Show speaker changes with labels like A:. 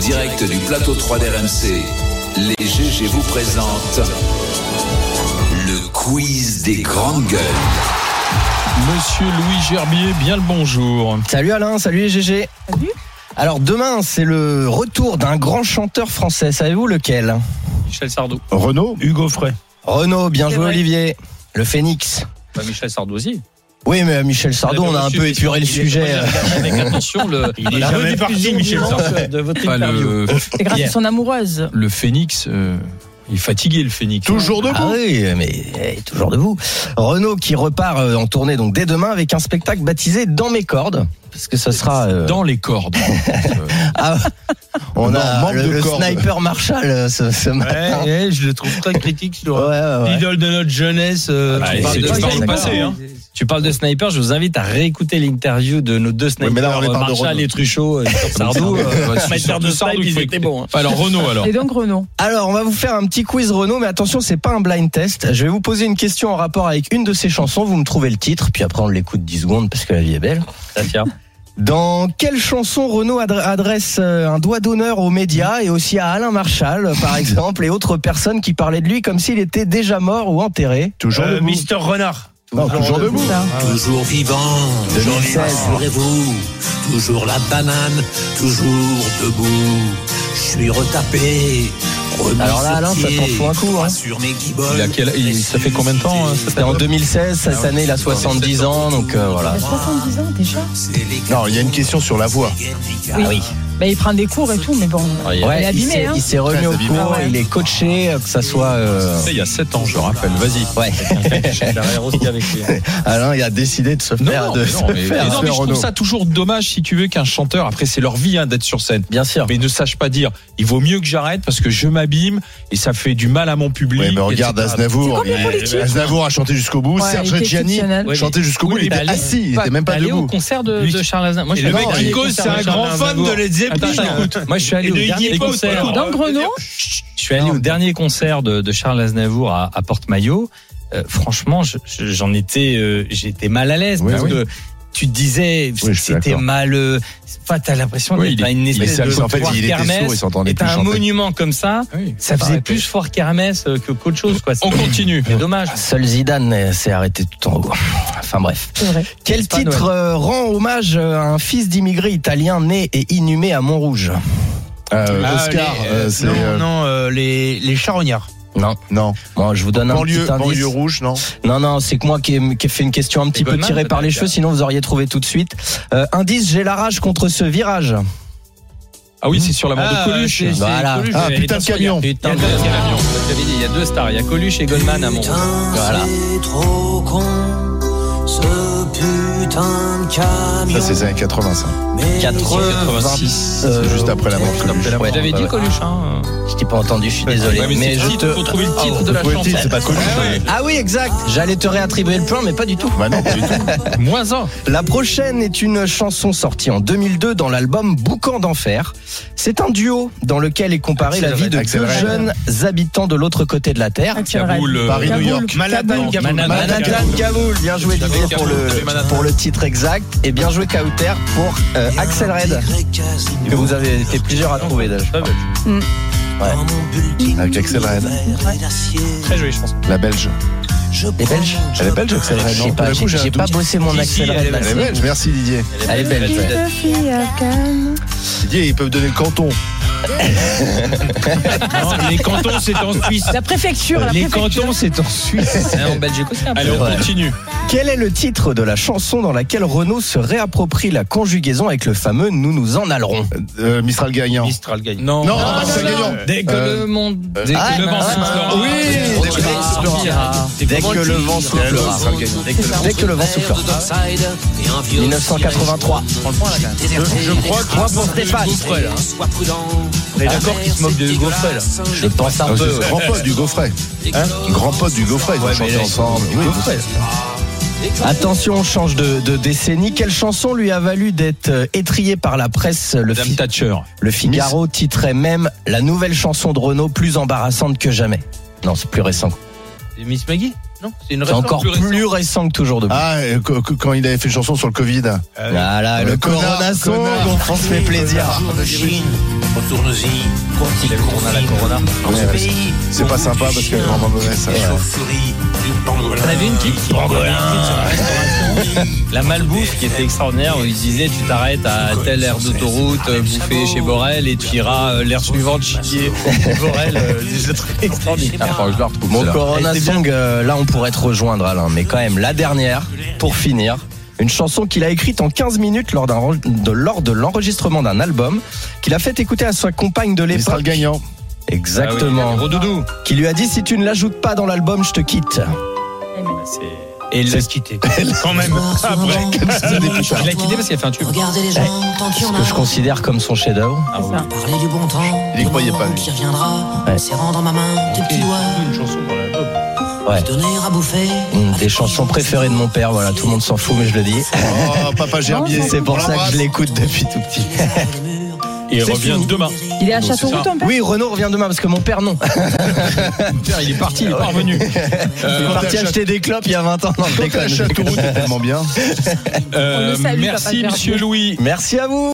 A: direct du plateau 3 d'RMC, les GG vous présentent le quiz des grandes gueules.
B: Monsieur Louis Gerbier, bien le bonjour.
C: Salut Alain, salut les GG.
D: Salut.
C: Alors demain, c'est le retour d'un grand chanteur français. Savez-vous lequel
B: Michel Sardou.
E: Renault
B: Hugo Frey.
C: Renaud, bien
D: C'est
C: joué
D: vrai.
C: Olivier. Le Phénix.
B: Bah, Michel Sardou aussi.
C: Oui, mais Michel Sardou,
E: bah,
C: on a un peu épuré le sujet.
B: Avec attention, le,
E: est
B: la
E: jamais
B: rediffusion
E: parti, Michel
B: violente euh, de votre
F: Pas
B: interview.
F: le,
D: C'est grâce
C: Hier.
D: à son amoureuse.
F: le phénix, euh, il est fatigué le phénix.
E: Toujours debout
C: Ah oui, mais eh, toujours debout. Renaud qui repart euh, en tournée donc dès demain avec un spectacle baptisé Dans mes cordes. Parce que ce sera. euh,
F: Dans les cordes. Euh,
C: Ah, on
E: Non,
C: a
E: manque
C: le,
E: de
C: le
E: cordes.
C: sniper Marshall euh, ce, ce matin.
B: je le trouve très critique sur
C: Ouais, ouais, ouais.
B: l'idole de notre jeunesse.
C: Bah,
F: Ah,
B: tu,
C: c'est
B: parles de,
C: l'histoire
B: tu
C: du
B: parles-
E: passé, hein.
B: tu parles de sniper, je vous invite à réécouter l'interview de nos deux snipers,
E: mais là, on les
B: euh,
E: parle de
B: Marshall
E: Renaud.
B: et Truchot, euh, sur Sardou.
F: Ouais,
B: euh,
F: sur-
B: mais faire de
F: sur Sardou,
B: snipe,
F: il faut
B: ils étaient
F: écouter.
B: bons, hein.
F: Alors Renault alors.
D: Et donc Renaud.
C: Alors, on va vous faire un petit quiz Renaud, mais attention, c'est pas un blind test. Je vais vous poser une question en rapport avec une de ces chansons. Vous me trouvez le titre, puis après on l'écoute 10 secondes parce que la vie est belle. Dans quelle chanson Renaud adre- adresse euh, un doigt d'honneur aux médias et aussi à Alain Marshall, euh, par exemple, et autres personnes qui parlaient de lui comme s'il était déjà mort ou enterré
E: Toujours debout.
B: Euh, Mister Renard.
E: Non, toujours debout.
D: Ça.
G: Toujours vivant, j'en
C: 2016.
G: vous Toujours la banane, toujours debout. Je suis retapé. remis
C: Alors là,
G: sur
C: Alain, ça
G: pied,
C: t'en fout un coup, hein.
G: Sur mes guibolles,
F: Il a quel- il- ça fait combien de
D: euh,
F: temps, hein, ça
C: C'était en 2016,
D: Ah
C: cette année il a 70 ans, donc euh, voilà.
D: Il a 70 ans déjà.
E: Non, il y a une question sur la voix. Ah
D: Oui. Bah, il prend des cours et tout, mais bon.
C: Ouais,
D: il est
C: Ah, il
D: abîmé,
C: s'est-
D: hein.
C: il s'est remis
E: Très
C: au
E: abîmé.
C: cours,
D: Ah ouais.
C: il est coaché, euh, que ça soit... euh,
F: C'était Il y a 7 ans, je le rappelle. Vas-y.
C: Ouais. Alain, il a décidé de se
F: Non,
C: faire,
F: non,
C: de
F: mais non,
C: se
F: mais-
C: faire hein.
F: mais non, mais je trouve
C: Renaud.
F: ça toujours dommage si tu veux qu'un chanteur, après c'est leur vie hein, d'être sur scène,
C: Bien sûr.
F: mais ne sache pas dire il vaut mieux que j'arrête parce que je m'abîme et ça fait du mal à mon public.
E: Ouais, mais regarde
F: etc.
E: Aznavour.
D: C'est comme les politiques.
E: Aznavour a chanté jusqu'au bout.
D: Ouais,
E: Serge
D: il était
E: Reggiani
D: exceptionnel.
B: Ouais,
E: chantait jusqu'au bout.
B: Oui,
E: Il
B: mais
E: était
B: allez-
E: assis, il était même pas
B: allez au
E: debout.
B: concert de,
F: Lui-
B: de Charles Aznavour. Moi,
F: Et le
B: suis
F: mec
B: allé
F: qui
B: au
F: cause,
B: concert
F: c'est
B: de
F: un
B: Charles
F: grand fan
B: Aznavour.
F: de Led Zeppelin.
B: Attends, attends, écoute. Moi, je suis allé
F: Et
B: au
F: de Iggy
B: dernier
F: Pop,
B: concert.
F: alors.
D: Dans Renaud,
B: Je suis allé au dernier concert de, de Charles Aznavour à, à Porte Maillot. Euh, franchement, je- je- j'en étais, euh, j'étais mal à l'aise
E: Oui,
B: parce
E: oui.
B: que tu te disais,
E: je suis
B: c'était
E: d'accord.
B: mal. euh, Enfin, t'as l'impression
F: Oui,
B: d'être
F: il
B: à une
E: Mais
B: espèce
E: c'est
B: de
E: en fait,
B: foire
E: il était sourd, il
B: kermesse.
E: s'entendait
B: Et
E: plus Ah
B: t'as un
E: chanter.
B: monument comme ça,
F: Oui.
B: ça faisait
C: Arrêtez.
B: plus foire kermesse euh, que qu'autre chose, quoi.
F: On
B: C'est-
F: continue.
B: C'est dommage.
C: Seul Zidane euh, s'est arrêté tout en haut. Enfin bref.
D: c'est vrai.
C: Quel
B: C'est pas
C: titre euh, rend hommage euh, à un fils d'immigré italien né et inhumé à Montrouge
E: Euh,
H: Ah,
E: Oscar,
H: les-
E: euh, c'est.
H: non,
E: euh,
H: non, euh, les, les charognards.
C: Non.
E: Non.
C: Bon, je vous donne un
E: Banlieue,
C: petit indice.
E: banlieue rouge, non
C: Non, non, c'est que moi qui ai, qui ai fait une question un petit peu
B: Goldman,
C: tirée par les
B: peut-être,
C: cheveux, sinon vous auriez trouvé tout de suite. Euh, indice, j'ai la rage contre ce virage.
F: Ah oui, c'est sur la mort
H: Ah,
F: de Coluche.
H: c'est- c'est
C: Voilà.
H: Coluche.
E: Ah,
B: Et
E: putain de
B: attention,
E: camion.
B: Il y a, il y a deux camions, vous l'avez dit, il y a deux stars, il y a Coluche et Goldman à mon.
C: Voilà.
G: C'est trop con, ce Oh, putain de
E: Ça,
G: camion.
E: c'est les années 80, ça.
G: Mais
C: 86.
E: C'est juste après la mort de Coluche.
C: Ouais,
B: J'avais
C: bah
B: dit
C: Euh, ouais.
B: Coluche, hein.
C: Je t'ai pas entendu, je suis désolé.
F: Ouais, mais c'est le
C: je
F: titre,
C: te-
F: faut trouver le titre
C: Oh.
F: de la
E: Faut le titre,
F: chanson.
E: c'est pas Coluche.
C: Ah oui, exact. J'allais te réattribuer le point, mais pas du tout.
E: Bah non, pas du tout.
F: Moins un.
C: La prochaine est une chanson sortie en 2002 dans l'album Boucan d'enfer. C'est un duo dans lequel est comparée la vie de
E: Axel
C: deux
E: Red.
C: jeunes habitants de l'autre côté de la Terre.
D: Axel Red.
F: Kaboul, euh,
E: Paris, New York.
H: Manhattan,
B: Kaboul.
H: Kaboul.
B: Manhattan.
C: Manhattan Kaboul, bien joué
F: J'avais
C: Didier, pour
F: Kaboul, j'avais
C: le,
F: Manhattan.
C: pour le titre exact et bien joué Kauter pour euh, Axel Red que vous avez été plusieurs à trouver d'ailleurs.
E: Avec Axel Red.
B: Très joli, je pense.
E: La belge.
C: Les Belges
E: Elle est belge, Axel Red,
C: J'ai
E: non Pour
C: pas,
E: le
C: j'ai-
E: coup, j'ai un
C: j'ai pas
E: doute.
C: bossé mon
B: Si, si,
C: Axel
B: elle est
C: Red là.
E: Elle est belge, merci Didier.
C: Elle est belge. ouais.
E: Didier, ils peuvent donner le canton.
B: les cantons, c'est en Suisse.
D: La préfecture, la
B: Ah. Les
D: préfecture.
B: cantons, c'est en Suisse. en Belgique aussi.
F: Allez, on
C: Ouais.
F: continue.
C: Quel est le titre de la chanson dans laquelle Renaud se réapproprie la conjugaison avec le fameux Nous nous en allerons
E: Euh, Mistral gagnant.
B: Mistral gagne.
F: Non.
E: Non, non, Mistral gagnant.
B: Dès que
E: Euh,
B: le monde.
E: euh,
B: Dès
C: ah,
B: que le vent
C: ah,
B: soufflera.
E: oui,
B: Dès que le vent soufflera.
C: Dès que le vent soufflera.
E: Mistral gagnant.
C: Dès que le vent soufflera. Ah, 1983.
G: Je crois que
C: Trois pour Stéphane.
G: Sois prudent.
B: On est d'accord qu'il se moque de Gaufrel.
C: Je pense un
E: Ah,
C: peu.
E: c'est Grand pote du Gaufret. Hein Grand pote du Gaufret, ils ont chanté ensemble. Oui,
C: Ah. Attention, on change de, de décennie. Quelle chanson lui a valu d'être euh, étrié par la presse euh, Le,
F: Madame
C: Fi-
F: Thatcher.
C: le Figaro titrait même la nouvelle chanson de Renaud plus embarrassante que jamais. Non, c'est plus récent.
H: Et Miss Maggie Non, c'est une
C: C'est
H: récente,
C: encore
H: plus
C: plus
H: récente.
C: récent, que toujours debout.
E: Ah, euh, que- que- quand il avait fait une chanson sur le Covid.
C: Voilà, Euh, ah, le
E: Euh, Connard,
C: coronasson,
E: connard.
C: on se fait plaisir.
G: Jour de Chine, Retourne-y, quand il
B: Corona, la Corona.
G: Dans ce
E: Ouais,
G: pays,
E: C'est pas sympa parce qu'elle est vraiment mauvaise. ça.
G: chaufferie du pangolin.
B: On avait une qui-
G: Du
E: bah,
G: pangolin.
B: La malbouffe qui était extraordinaire, où ils disaient tu t'arrêtes à telle aire d'autoroute, euh, bouffer chez Borel, et tu iras euh, l'aire suivante chier chez Borel. euh, J'ai trouvé extraordinaire.
E: je la retrouve.
C: Mon
E: celle-là.
C: Corona Song, euh, là on pourrait te rejoindre Alain, mais quand même la dernière, pour finir, une chanson qu'il a écrite en 15 minutes lors, d'un- de, lors de l'enregistrement d'un album, qu'il a fait écouter à sa compagne de
E: Il
C: l'époque.
E: sera le gagnant.
B: Ah
C: Exactement.
E: Ah
B: Gros doudou.
C: Qui lui a dit si tu ne l'ajoutes pas dans l'album, je te quitte.
B: Et il l'a quitté. Quand même. Après. Il l'a quitté parce qu'il a fait un tube.
G: Regardez les gens, tant qu'il
C: Ce
G: y en
C: que je
G: a.
C: considère comme son chef-d'œuvre.
D: C'est ça.
G: Parler du bon temps,
E: Il y
G: du
E: croyait
G: moment
E: pas, lui.
G: qui reviendra.
C: Ouais.
G: C'est rendre ma main tes petits doigts,
F: Une chanson pour la
C: Ouais.
G: donner à bouffer.
C: Une des chansons préférées de mon père, voilà, tout le monde s'en fout, mais je le dis.
E: Oh, papa Gerbier.
C: C'est pour ça que je l'écoute depuis tout petit.
F: Il
C: C'est
F: revient
C: fini.
F: demain.
D: Il est à
F: Donc,
D: Châteauroux,
F: c'est ça.
D: ton père
C: Oui, Renaud revient demain parce que mon père, non.
F: Il est parti, il est Euh, pas revenu.
C: Il est
E: quand
C: parti
E: t'as-
C: acheter des clopes il y a 20 ans. Non, je déconne, je déconne.
E: Châteauroux, c'est tellement bien.
F: Euh,
D: salue, papa
F: merci,
D: Gerbier.
F: monsieur Louis.
C: Merci à vous.